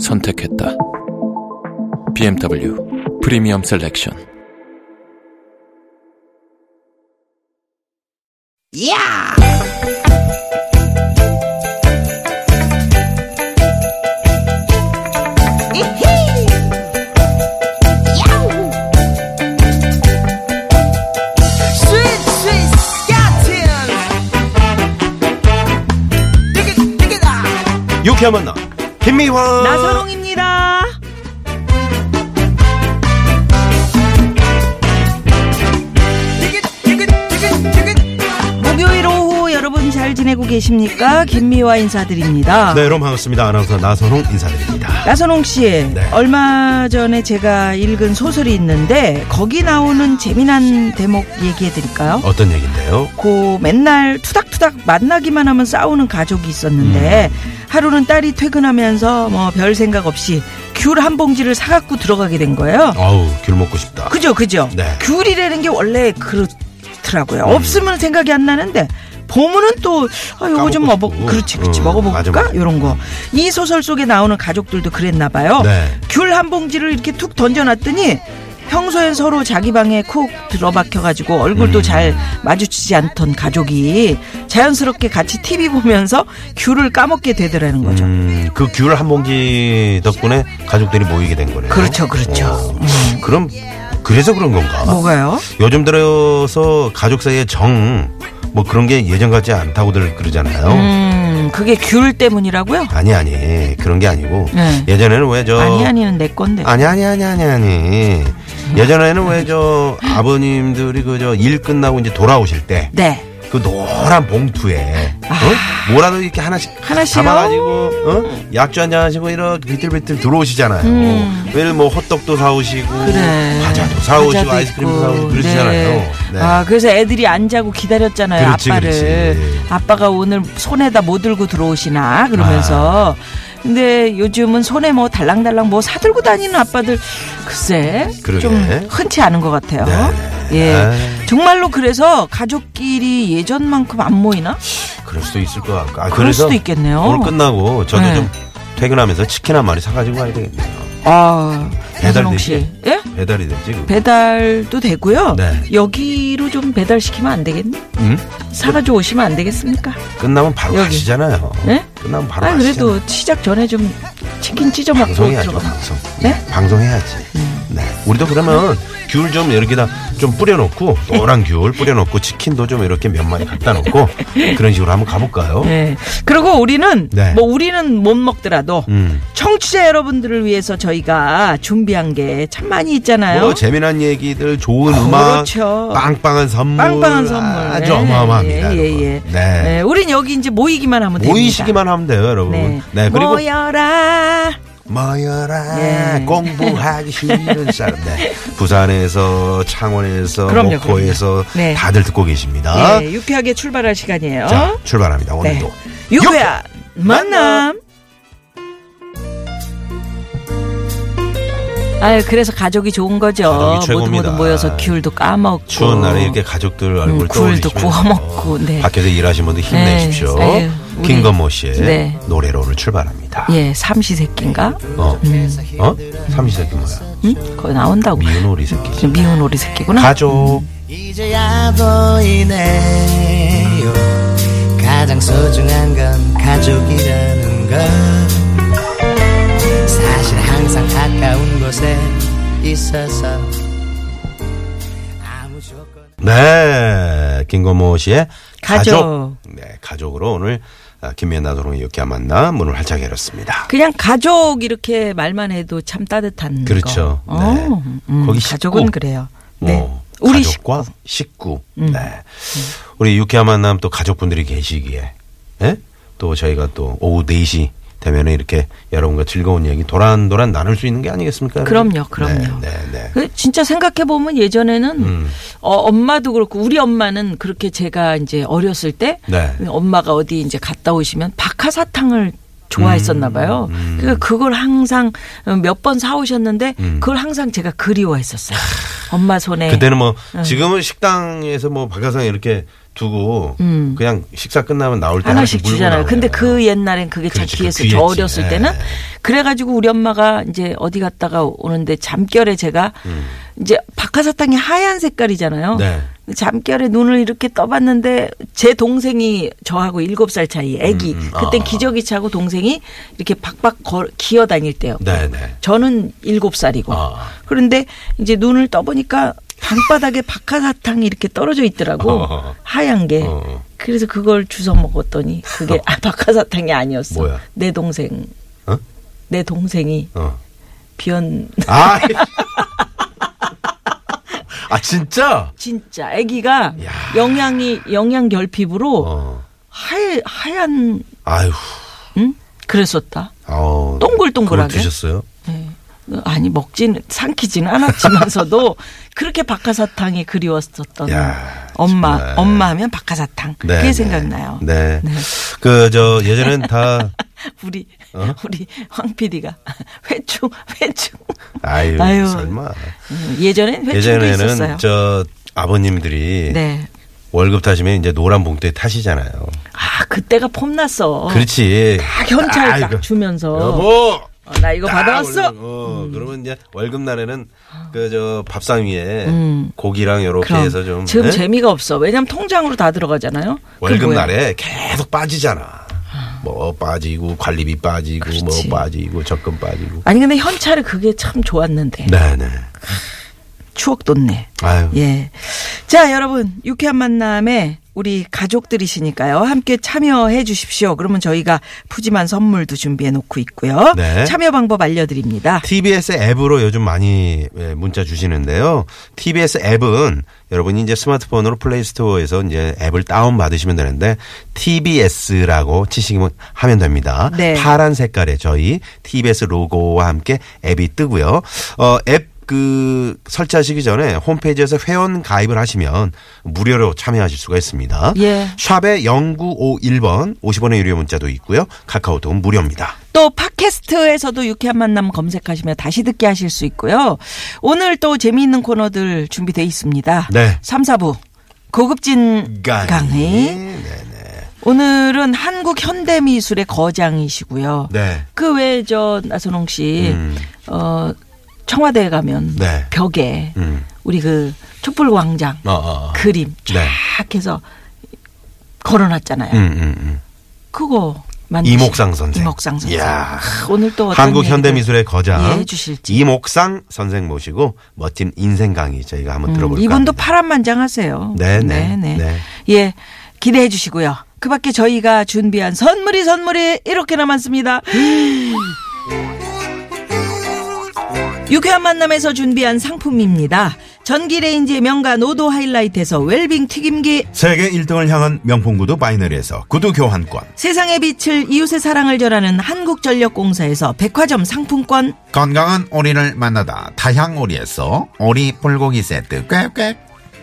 선택했다. BMW 프리미엄 셀렉션. 야! 이히! 야우! 스윗, 스윗, 스캇틴! 띠깃, 띠깃아! 유쾌한 만남 김미화 나선홍입니다. 목요일 오후 여러분 잘 지내고 계십니까? 김미화 인사드립니다. 네 여러분 반갑습니다 아나운서 나선홍 인사드립니다 나선홍 씨, 네. 얼마 전에 제가 읽은 소설이 있는데 거기 나오는 재미난 대목 얘기해 드릴까요? 어떤 얘긴데요 고 맨날 투닥투닥 만나기만 하면 싸우는 가족이 있었는데 음. 하루는 딸이 퇴근하면서 뭐 별 생각 없이 귤 한 봉지를 사갖고 들어가게 된 거예요. 아우 귤 먹고 싶다 그죠, 그죠. 네. 음. 귤이라는 게 원래 그렇더라고요. 없으면 생각이 안 나는데 봄은 또 아, 요거 좀 까먹고 먹어. 싶고. 그렇지, 그렇지. 음, 맞아, 먹어볼까? 맞아. 이런 거. 이 소설 속에 나오는 가족들도 그랬나 봐요. 네. 귤 한 봉지를 이렇게 툭 던져놨더니 평소엔 서로 자기 방에 콕 들어박혀가지고 음. 얼굴도 잘 마주치지 않던 가족이 자연스럽게 같이 TV 보면서 귤을 까먹게 되더라는 거죠. 음, 그 귤 한 봉지 덕분에 가족들이 모이게 된 거네요 그렇죠, 그렇죠. 어, 그럼 그래서 그런 건가 뭐가요? 요즘 들어서 가족 사이의 정 뭐 그런 게 예전 같지 않다고들 그러잖아요 음, 그게 귤 때문이라고요? 아니 아니 그런 게 아니고 네. 예전에는 왜저 아니 아니는 내 건데. 어. 아니 아니 아니 아니 아니 예전에는 왜 저 아버님들이 그 저 일 끝나고 이제 돌아오실 때 그 네. 아. 노란 봉투에 어? 뭐라도 이렇게 하나씩 하나씩요? 담아가지고 어? 약주 한잔 하시고 이렇게 비틀비틀 들어오시잖아요. 매일 뭐 호떡도 사오시고 음. 그래. 과자도 사오시고 네. 과자도 아이스크림도 있고. 사오시고 그러시잖아요. 네. 네. 아, 그래서 애들이 안 자고 기다렸잖아요, 그렇지, 아빠를. 그렇지. 아빠가 오늘 손에다 뭐 들고 들어오시나 그러면서. 아. 근데 요즘은 손에 뭐 달랑달랑 뭐 사들고 다니는 아빠들 글쎄 그러게. 좀 흔치 않은 것 같아요. 네. 예. 아이. 정말로 그래서 가족끼리 예전만큼 안 모이나? 그럴 수도 있을 것 같고. 아, 그럴 수도 있겠네요. 오늘 끝나고 저도 네. 좀 퇴근하면서 치킨 한 마리 사가지고 가야 되겠네요. 아, 배달 배달홍 씨. 되지? 예? 배달이 되지. 그거. 배달도 되고요. 네. 음? 여기로 좀 배달시키면 안 되겠니? 응? 사가지고 오시면 안 되겠습니까? 끝나면 바로 여기. 가시잖아요. 예? 끝나면 바로 아 가시잖아요. 그래도 시작 전에 좀 치킨 찢어 먹고 방송해야죠 들어가. 방송 예, 네? 음. 방송해야지 네 우리도 그러면 귤 좀 여기다 좀 뿌려놓고 노란 귤 뿌려놓고 치킨도 좀 이렇게 몇 마리 갖다 놓고 그런 식으로 한번 가볼까요 네. 그리고 우리는 네. 뭐 우리는 못 먹더라도 음. 청취자 여러분들을 위해서 저희가 준비한 게 참 많이 있잖아요. 뭐 재미난 얘기들 좋은 음악 그렇죠. 빵빵한 선물 빵빵한 선물. 아주 네. 어마어마합니다 예, 여러분. 예, 예. 네. 네, 우린 여기 이제 모이기만 하면 됩니다. 모이시기만 하면 돼요 여러분 네. 네, 그리고 모여라. 모여라 네. 공부하기 싫은 사람 네. 부산에서 창원에서 그럼요, 목포에서 그럼요. 네. 다들 듣고 계십니다 예, 유쾌하게 출발할 시간이에요. 어? 자 출발합니다 네. 오늘도 유쾌한 만남. 아유, 그래서 가족이 좋은 거죠. 가족이 모두 최고입니다. 모두 모여서 귤도 까먹고. 추운 날에 이렇게 가족들 얼굴 음, 떠올리시면서 굴도 어, 구워 먹고, 네. 밖에서 일하시는 분들 힘내십시오 네, 아유, 우리- 김건모 씨의 네. 노래로 오늘 출발합니다 예, 음. 삼시세끼인가? 어? 어? 삼시세끼 뭐야 응? 그거 나온다고. 미운 오리 새끼 미운 오리 새끼구나. 가족 이제야 보이네요. 가장 소중한 건 가족이라는 건 사실 항상 가까운 곳에 있어서 아무 조건 네 김건모 씨의 가족, 가족. 네 가족으로 오늘 아, 김미연 나도롱의 유쾌한 만남 문을 활짝 열었습니다 그냥 가족 이렇게 말만 해도 참 따뜻한 그렇죠. 거. 네. 어, 음, 거기 가족은 식구. 그래요. 뭐, 네. 우리 식 음. 가족과 식구. 네. 우리 유쾌한 만남 또 가족분들이 계시기에, 예? 또 저희가 또 오후 4시 되면은 이렇게 여러분과 즐거운 얘기 도란도란 나눌 수 있는 게 아니겠습니까? 여러분? 그럼요, 그럼요. 네, 네, 네. 그 진짜 생각해 보면 예전에는 음. 어, 엄마도 그렇고 우리 엄마는 그렇게 제가 이제 어렸을 때 네. 엄마가 어디 이제 갔다 오시면 박하사탕을 음. 좋아했었나 봐요. 그러니까 그걸 항상 몇 번 사오셨는데 그걸 항상 제가 그리워했었어요. 엄마 손에 음. 그때는 뭐 지금은 식당에서 뭐 박하상 이렇게 두고 그냥 식사 끝나면 나올 때 음. 하나씩 하나씩, 물고 주잖아요. 나오잖아요. 근데 그 옛날엔 그게 잘 그렇지, 그 귀했어요. 귀했지. 저 어렸을 예. 때는 그래가지고 우리 엄마가 이제 어디 갔다가 오는데 잠결에 제가 이제 박하사탕이 하얀 색깔이잖아요. 음. 네. 잠결에 눈을 이렇게 떠봤는데 제 동생이 저하고 일곱 살 차이 애기 음, 음. 그때 아. 기저귀 차고 동생이 이렇게 박박 걸, 기어 다닐 때요. 네, 네. 저는 일곱 살이고 아. 그런데 이제 눈을 떠보니까 방바닥에 박하사탕이 이렇게 떨어져 있더라고 어허허. 하얀 게 어. 그래서 그걸 주워 먹었더니 그게 아, 박하사탕이 아니었어 뭐야? 내 동생 어? 내 동생이 어. 비언 아. 아 진짜? 진짜 아기가 야. 영양이 영양 결핍으로 어. 하얘, 하얀 아유. 응 그랬었다 아우. 그걸 동글동글하게? 드셨어요? 아니 먹지는 삼키지는 않았지만서도 그렇게 박하사탕이 그리웠었던 야, 엄마 정말. 엄마 하면 박하사탕 네, 그게 네. 생각나요. 네. 그 저 예전엔 다 우리 어? 우리 황 PD가 회충 회충 아유, 아유. 설마. 음, 예전엔 회충도 있었어요. 예전에는 저 아버님들이 네. 월급 타시면 이제 노란 봉투에 타시잖아요. 아 그때가 폼났어. 그렇지. 딱 현찰 아, 딱 아이고. 주면서 여보. 어, 나 이거 딱 받아왔어. 음. 올리면, 어, 그러면 이제 월급 날에는 그 저 밥상 위에 고기랑 요렇게 음. 그럼 해서 좀 지금 예? 재미가 없어. 왜냐면 통장으로 다 들어가잖아요. 그 월급 뭐야? 날에 계속 빠지잖아. 뭐 빠지고 관리비 빠지고 그렇지. 뭐 빠지고 적금 빠지고. 아니 근데 현찰이 그게 참 좋았는데 네네. 추억 돋네. 아유. 예. 자, 여러분, 유쾌한 만남에 우리 가족들이시니까요. 함께 참여해 주십시오. 그러면 저희가 푸짐한 선물도 준비해 놓고 있고요. 네. 참여 방법 알려드립니다. TBS 앱으로 요즘 많이 예, 문자 주시는데요. TBS 앱은 여러분이 이제 스마트폰으로 플레이스토어에서 이제 앱을 다운 받으시면 되는데 TBS라고 치시면 하면 됩니다. 네. 파란 색깔의 저희 TBS 로고와 함께 앱이 뜨고요. 어, 앱 그 설치하시기 전에 홈페이지에서 회원 가입을 하시면 무료로 참여하실 수가 있습니다. 예. 샵에 0951번 50원의 유료 문자도 있고요. 카카오톡은 무료입니다. 또 팟캐스트에서도 유쾌한 만남 검색하시면 다시 듣게 하실 수 있고요. 오늘 또 재미있는 코너들 준비돼 있습니다. 네. 3, 4부. 고급진 강의. 네네. 오늘은 한국 현대미술의 거장이시고요. 네. 그 외에 저 나선홍 씨, 음. 어, 청와대에 가면 네. 벽에 음. 우리 그 촛불 광장 어, 어. 어. 그림 쫙 네. 해서 걸어놨잖아요. 음, 음, 음. 그거 만드신 이목상 선생. 이목상 선생. 이야. 아, 오늘 또 어떤 한국 얘기를 현대미술의 거장 이해해 주실지. 이목상 선생 모시고 멋진 인생 강의 저희가 한번 들어볼까 음, 이분도 합니다. 파란만장하세요. 네, 네, 네. 예, 기대해 주시고요. 그 밖에 저희가 준비한 선물이 선물이 이렇게 남았습니다. 유쾌한 만남에서 준비한 상품입니다. 전기레인지의 명가 노도 하이라이트에서 웰빙 튀김기 세계 1등을 향한 명품 구두 바이너리에서 구두 교환권 세상의 빛을 이웃의 사랑을 전하는 한국전력공사에서 백화점 상품권 건강한 오리를 만나다 다향 오리에서 오리 불고기 세트 꽥꽥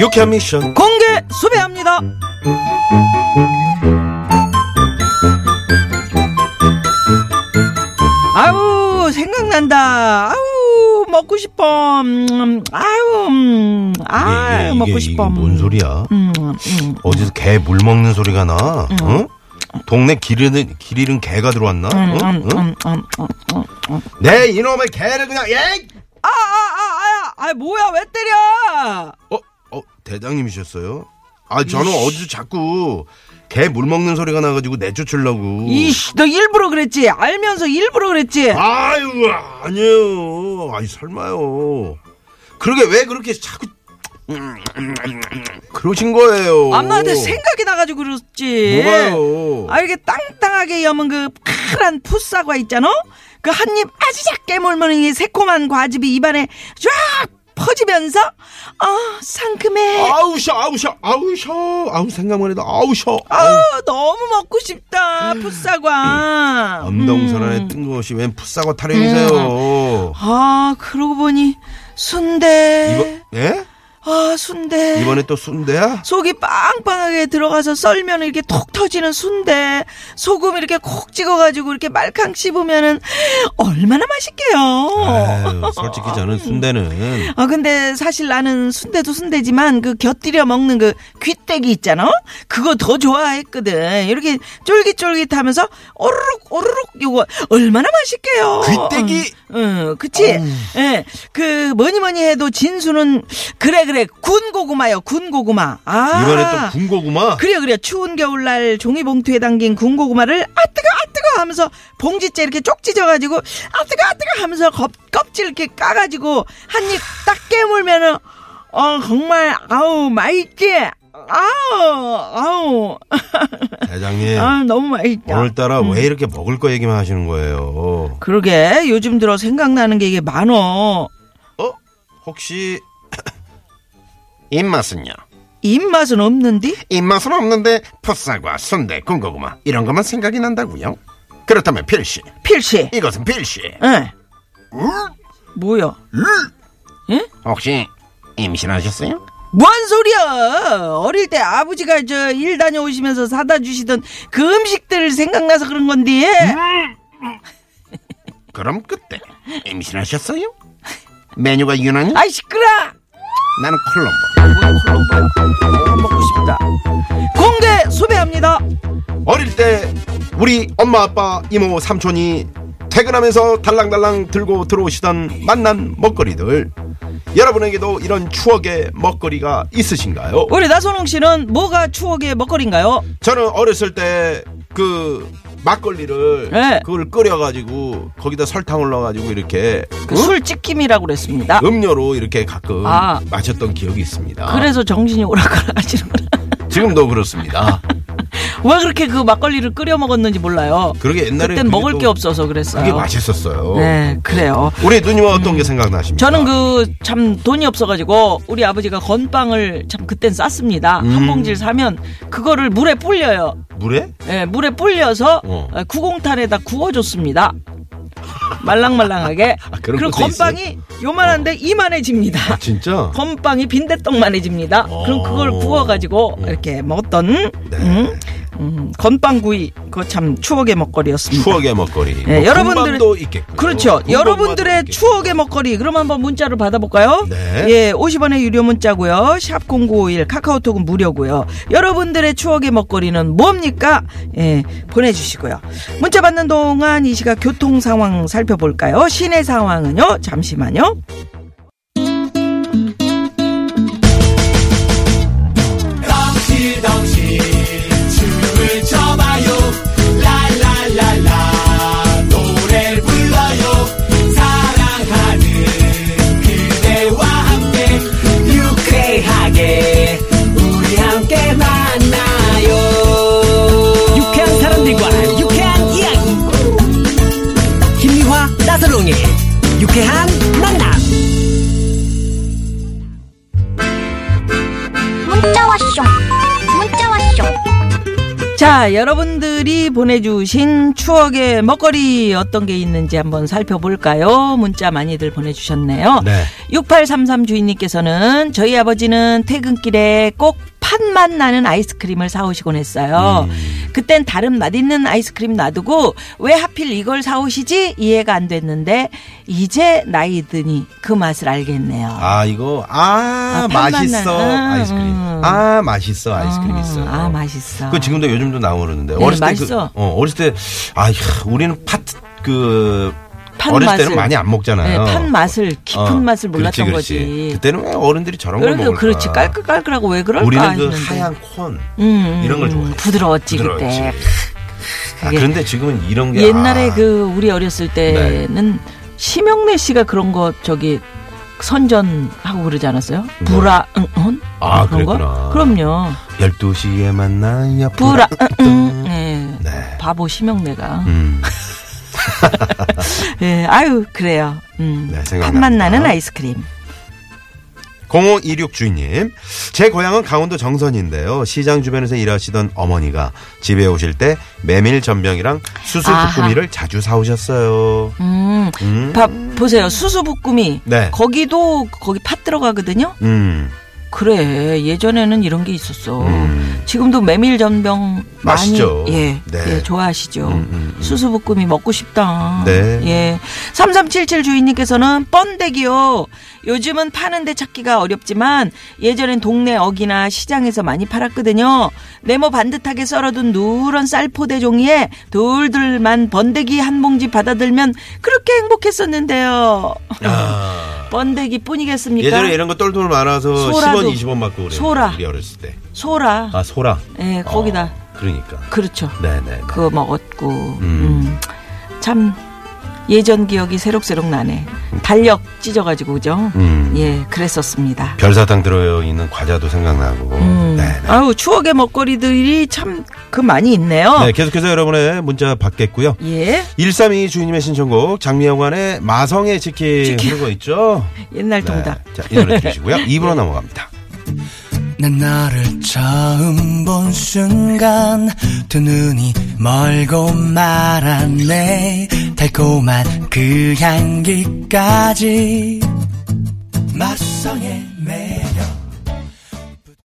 유쾌한 미션. 공개 수배합니다. 아우 생각난다. 아우 먹고 싶어. 음, 음, 아우 음, 아 이게, 이게, 먹고 이게 싶어. 뭔 소리야? 음, 음, 어디서 개 물 먹는 소리가 나? 어? 동네 길 잃은, 길 잃은 개가 들어왔나? 음, 어? 음, 어? 음, 음, 음. 내 이놈의 개를 그냥 예! 아, 아, 아, 아, 아, 뭐야 왜 때려? 어, 어, 대장님이셨어요? 아, 저는 어디서 자꾸 개 물 먹는 소리가 나가지고 내쫓으려고. 이씨 너 일부러 그랬지. 알면서 일부러 그랬지. 아유, 아니에요. 아니, 설마요. 그러게 왜 그렇게 자꾸 그러신 거예요. 엄마한테 생각이 나가지고 그랬지. 뭐가요? 아 이게 땅땅하게 여문 그 파란 풋사과 있잖아. 그 한 입 아주 작게 물무는 이 새콤한 과즙이 입안에 쫙 퍼지면서 아 상큼해. 아우셔, 아우셔, 아우셔, 아우 생각만 해도 아우셔. 아우. 아 너무 먹고 싶다 풋사과. 음. 엄동설 음. 안에 뜬 것이 웬 어? 풋사과 타령이세요? 아 그러고 보니 순대. 이번 예? 아 순대. 이번에 또 순대야? 속이 빵빵하게 들어가서 썰면 이렇게 톡 터지는 순대 소금 이렇게 콕 찍어가지고 이렇게 말캉 씹으면은 얼마나 맛있게요. 아유, 솔직히 음. 저는 순대는 아 근데 사실 나는 순대도 순대지만 그 곁들여 먹는 그 귀때기 있잖아. 그거 더 좋아했거든. 이렇게 쫄깃쫄깃하면서 오르륵 오르륵 요거 얼마나 맛있게요. 귀때기? 어. 응, 응, 그치. 예, 그 뭐니 뭐니 해도 진수는 그래 그래 군고구마요 군고구마. 아 이번에 또 군고구마. 그래요, 그래요. 추운 겨울날 종이봉투에 담긴 군고구마를 아 뜨거, 아 뜨거 하면서 봉지째 이렇게 쪽 찢어가지고 아 뜨거, 아 뜨거 하면서 겁, 껍질 이렇게 까가지고 한 입 딱 깨물면은 어 정말 아우 맛있지. 아우 아우 대장님 아 음. 너무 맛있다. 네. 오늘따라 왜 이렇게 먹을 거 얘기만 하시는 거예요? 그러게 요즘 들어 생각나는 게 이게 많어. 어? 혹시 입맛은요? 입맛은 없는디? 입맛은 없는데 풋사과, 순대, 군고구마 이런 것만 생각이 난다고요? 그렇다면 필시 필시. 이것은 필시 응. 뭐야? 혹시 임신하셨어요? 뭔 소리야! 어릴 때 아버지가 저 일 다녀오시면서 사다 주시던 그 음식들 생각나서 그런 건데. 그럼 그때 임신하셨어요? 메뉴가 유난히 아이 시끄러! 나는 콜롬보 먹고 싶다. 공개 수배합니다. 어릴 때 우리 엄마 아빠 이모 삼촌이 퇴근하면서 달랑달랑 들고 들어오시던 만난 먹거리들 여러분에게도 이런 추억의 먹거리가 있으신가요? 우리 나선홍 씨는 뭐가 추억의 먹거리인가요? 저는 어렸을 때 그 막걸리를 네. 그걸 끓여가지고 거기다 설탕을 넣어가지고 이렇게 그 술찍힘이라고 그랬습니다. 어? 음료로 이렇게 가끔 아. 마셨던 기억이 있습니다. 그래서 정신이 오락가락하시는구나. 지금도 그렇습니다. 왜 그렇게 그 막걸리를 끓여 먹었는지 몰라요. 그러게 옛날에 그땐 그게 먹을 또 게 없어서 그랬어요. 그게 맛있었어요. 네, 그래요. 우리 누님은 어떤 게 생각나십니까? 저는 그 참 돈이 없어가지고 우리 아버지가 건빵을 참 그땐 쌌습니다. 음. 한 봉지를 사면 그거를 물에 불려요. 물에 예, 물에 불려서 어. 어, 구공탄에다 구워줬습니다. 말랑말랑하게. 아, 그런 그리고 것도 있어요? 건빵이 요만한데 이만해집니다. 아, 진짜 건빵이 빈대떡만해집니다. 그럼 그걸 어. 네. 구워가지고 이렇게 먹었던 음, 음, 건빵구이 그거 참 추억의 먹거리였습니다. 추억의 먹거리. 예, 여러분들 도 있겠고. 그렇죠. 군밤도 여러분들의 있겠고. 추억의 먹거리. 그럼 한번 문자로 받아볼까요? 네. 예, 50원의 유료 문자고요. 샵 #0951 카카오톡은 무료고요. 여러분들의 추억의 먹거리는 뭡니까? 예, 보내주시고요. 문자 받는 동안 이 시각 교통 상황 살펴볼까요? 시내 상황은요. 잠시만요. 유쾌한 사람들과 유쾌한 이야기 김미화 나선롱의 유쾌한 만남 문자 왔쇼 문자 왔쇼 자, 자, 여러분들이 보내주신 추억의 먹거리 어떤 게 있는지 한번 살펴볼까요? 문자 많이들 보내주셨네요. 네. 6833 주인님께서는 저희 아버지는 퇴근길에 꼭 팥맛 나는 아이스크림을 사오시곤 했어요. 음. 그땐 다른 맛있는 아이스크림 놔두고 왜 하필 이걸 사오시지? 이해가 안 됐는데 이제 나이 드니 그 맛을 알겠네요. 아 이거 아, 아, 팥맛 맛있어 나는. 아이스크림 음. 아 맛있어 아이스크림 아, 있어 아, 맛있어. 그 지금도 요즘도 나오는데 네, 어렸을 때 맛있어. 그, 어, 어렸을 때아 우리는 팥그 팥 어렸을 맛을. 때는 많이 안 먹잖아요. 네, 팥 맛을 깊은 어, 맛을 몰랐던 그렇지, 그렇지. 거지. 그때는 왜 어른들이 저런 걸 그래도 먹을까? 그렇지 깔끌깔끌하고 왜 그럴까 우리는 그 했는데. 하얀 콘 음, 이런 걸 좋아해. 부드러웠지, 부드러웠지. 그때 아, 그게. 그런데 지금은 이런 게 옛날에 아, 그 우리 어렸을 때는 심영래 씨가 그런 거 저기 선전하고 그러지 않았어요? 부라 응헌 뭐? 아, 그런 그랬구나. 거? 그럼요 12시에 만나요. 부라 응응 네. 네. 바보 심영래가 음. 예 아유 그래요 음. 네, 생각납니다. 팥맛 나는 아이스크림 0526 주인님, 제 고향은 강원도 정선인데요. 시장 주변에서 일하시던 어머니가 집에 오실 때 메밀 전병이랑 수수부꾸미를 자주 사오셨어요. 음. 음, 밥 보세요 수수부꾸미 네. 거기도 거기 팥 들어가거든요 음, 그래 예전에는 이런 게 있었어 음. 지금도 메밀 전병 맛있죠. 많이 예, 네. 예 좋아하시죠. 음, 음, 음. 수수부꾸미 먹고 싶다. 네. 예. 3377 주인님께서는 번데기요. 요즘은 파는데 찾기가 어렵지만 예전엔 동네 어기나 시장에서 많이 팔았거든요. 네모 반듯하게 썰어둔 누런 쌀포대 종이에 돌들만 번데기 한 봉지 받아들면 그렇게 행복했었는데요. 번데기 뿐이겠습니까? 아. 예전에 이런 거 똘똘 말아서 그러니까 소라도- 10원, 20원 받고 그래요. 소라. 우리 어렸을 때. 소라. 아, 소라. 예, 거기다. 어, 그러니까. 그렇죠. 네네. 그거 먹었고 음. 음. 참 예전 기억이 새록새록 나네 달력 찢어가지고 그죠 음. 예 그랬었습니다 별사탕 들어있는 과자도 생각나고. 음. 네네. 아우 추억의 먹거리들이 참 그 많이 있네요 네, 계속해서 여러분의 문자 받겠고요. 예 1322 주인님의 신청곡 장미영관의 마성의 치킨 치킨. 그거 있죠? 옛날 네. 동작 자, 이 노래 들으시고요. 2부로 넘어갑니다. 난 너를 처음 본 순간 두 눈이 멀고 말았네 달콤한 그 향기까지 맛성의